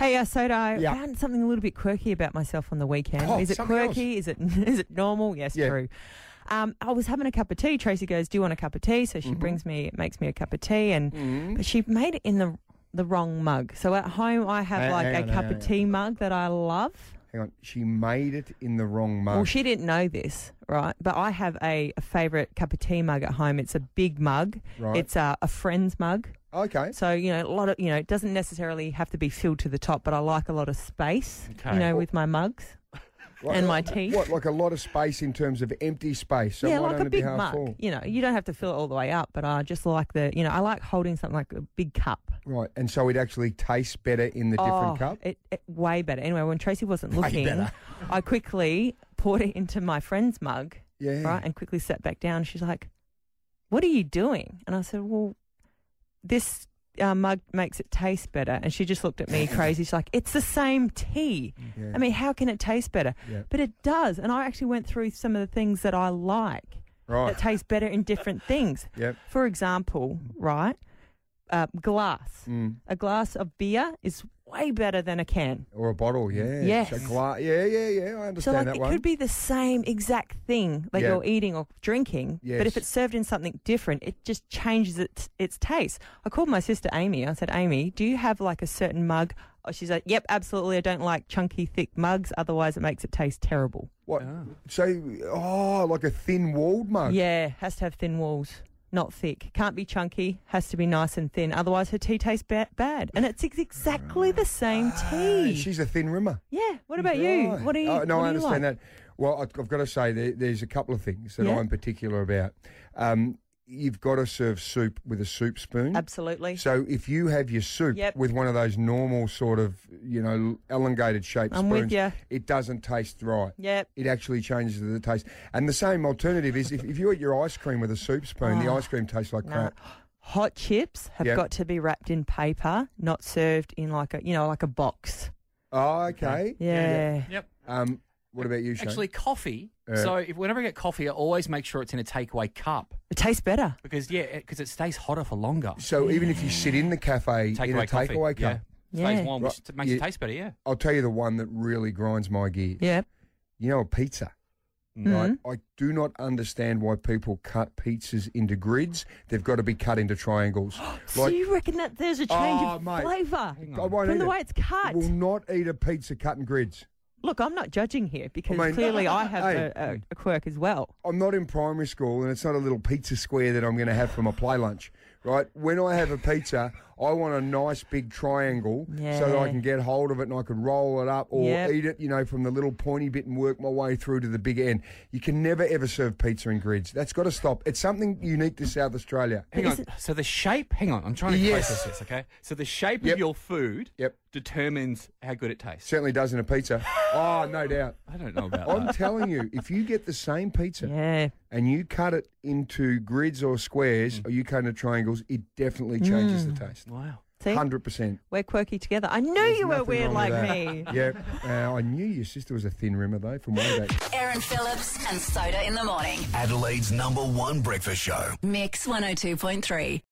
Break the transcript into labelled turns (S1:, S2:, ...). S1: yeah, soda.
S2: Yeah.
S1: uh, I found something a little bit quirky about myself on the weekend.
S2: Oh,
S1: is it
S2: something
S1: quirky? Is it is it normal? Yes,
S2: Yeah.
S1: true. Um, I was having a cup of tea. Tracy goes, "Do you want a cup of tea?" So
S2: Mm-hmm.
S1: she brings me, makes me a cup of tea, and but she made it in the the wrong mug. So at home, I have
S2: Hang-
S1: like
S2: hang
S1: a
S2: on,
S1: cup
S2: hang
S1: of
S2: on.
S1: tea mug that I love.
S2: Hang on, she made it in the wrong mug.
S1: Well, she didn't know this, right? But I have a, a favorite cup of tea mug at home. It's a big mug.
S2: Right.
S1: It's a, a friend's mug.
S2: okay.
S1: So you know, a lot of you know, it doesn't necessarily have to be filled to the top, but I like a lot of space.
S3: Okay.
S1: You know, with my mugs
S2: Like-
S1: and my tea.
S2: What, like a lot of space in terms of empty space? So
S1: yeah,
S2: why
S1: like a
S2: don't it be
S1: big
S2: half
S1: mug.
S2: full?
S1: You know, you don't have to fill it all the way up, but I just like the you know, I like holding something like a big cup.
S2: Right, and so it actually tastes better in the
S1: Oh,
S2: different cup?
S1: It, it- way better. Anyway, when Tracy wasn't
S2: Way
S1: looking,
S2: better.
S1: I quickly poured it into my friend's mug,
S2: Yeah.
S1: right, and quickly sat back down. She's like, "What are you doing?" And I said, "Well, this." Uh, mug makes it taste better, and she just looked at me crazy. She's like, "It's the same tea."
S2: Yeah.
S1: I mean, how can it taste better?
S2: Yeah.
S1: But it does. And I actually went through some of the things that I like
S2: right.
S1: that taste better in different things.
S2: Yep.
S1: For example, right, uh, glass.
S2: Mm.
S1: A glass of beer is way better than a can.
S2: Or a bottle, yeah.
S1: Yes.
S2: So gla- yeah, yeah, yeah. I understand
S1: So, like,
S2: that
S1: it
S2: one.
S1: could be the same exact thing that
S2: Yeah.
S1: you're eating or drinking, but
S2: Yes.
S1: if it's served in something different, it just changes its, its taste. I called my sister Amy. I said, Amy, do you have like a certain mug? Oh, she's like, yep, absolutely. I don't like chunky, thick mugs. Otherwise, it makes it taste terrible.
S2: what? So, oh, like a thin walled mug.
S1: Yeah, has to have thin walls, not thick. Can't be chunky. Has to be nice and thin. Otherwise, her tea tastes ba- bad. And it's ex- exactly the same
S2: Hey,
S1: tea.
S2: Ah, She's a thin rimmer.
S1: yeah. What about you?
S2: Right.
S1: What do you?
S2: Oh, no,
S1: what
S2: I
S1: do you
S2: understand
S1: like?
S2: that. Well, I've, I've got to say, there, there's a couple of things that
S1: Yeah.
S2: I'm particular about. Um, you've got to serve soup with a soup spoon.
S1: Absolutely.
S2: So if you have your soup
S1: Yep.
S2: with one of those normal sort of, you know, elongated shaped
S1: I'm with
S2: spoons,
S1: ya.
S2: it doesn't taste right.
S1: Yep.
S2: It actually changes the taste. And the same alternative is if, if you eat your ice cream with a soup spoon, the
S1: Oh,
S2: ice cream tastes like
S1: no.
S2: crap.
S1: Hot chips have
S2: Yep.
S1: got to be wrapped in paper, not served in like a you know like a box.
S2: Oh, okay.
S1: Yeah.
S3: Yep.
S2: Um, what about you, Shane?
S3: Actually, coffee.
S2: Yeah.
S3: So if whenever I get coffee, I always make sure it's in a takeaway cup
S1: It tastes better.
S3: because yeah, because it stays hotter for longer.
S2: so even if you sit in the cafe in a
S3: Takeaway coffee.
S2: takeaway
S3: yeah.
S2: cup,
S3: Stays
S1: Yeah.
S3: warm, which
S2: Right.
S3: t- makes
S2: Yeah.
S3: it taste better. Yeah.
S2: I'll tell you the one that really grinds my gears.
S1: Yeah.
S2: You know, a pizza.
S1: Mm-hmm.
S2: Right? I do not understand why people cut pizzas into grids. They've got to be cut into triangles.
S1: so you reckon that there's a change
S2: Oh,
S1: of
S2: mate.
S1: flavour
S3: Hang
S2: I
S3: on.
S2: won't
S1: from
S2: eat
S1: the
S2: it.
S1: way it's cut?
S2: will not eat a pizza cut in grids.
S1: Look, I'm not judging here because
S2: mean-
S1: clearly I have
S2: Hey.
S1: a, a, a quirk as well.
S2: I'm not in primary school, and it's not a little pizza square that I'm going to have for my play lunch, right? When I have a pizza, I want a nice big triangle so that I
S1: Yeah.
S2: can get hold of it and I can roll it up or
S1: Yep.
S2: eat it, you know, from the little pointy bit and work my way through to the big end. You can never ever serve pizza in grids. That's got to stop. It's something unique to South Australia.
S3: Hang on. So the shape. Hang on. I'm trying to
S2: Yes.
S3: process this. Okay. So the shape
S2: Yep.
S3: of your food
S2: Yep.
S3: determines how good it tastes.
S2: Certainly does in a pizza. Oh, no doubt.
S3: I don't know about
S2: I'm
S3: that.
S2: telling you, if you get the same pizza
S1: Yeah.
S2: and you cut it into grids or
S1: Mm.
S2: squares or you cut into triangles, it definitely changes the taste.
S3: Wow.
S1: See,
S2: Hundred percent.
S1: we're quirky together. I knew you were weird like me.
S2: Yeah, uh, I knew your sister was a thin rimmer though. From way back.
S4: Aaron Phillips and Soda in the morning. oh
S5: Adelaide's number one breakfast show.
S4: Mix 102.3.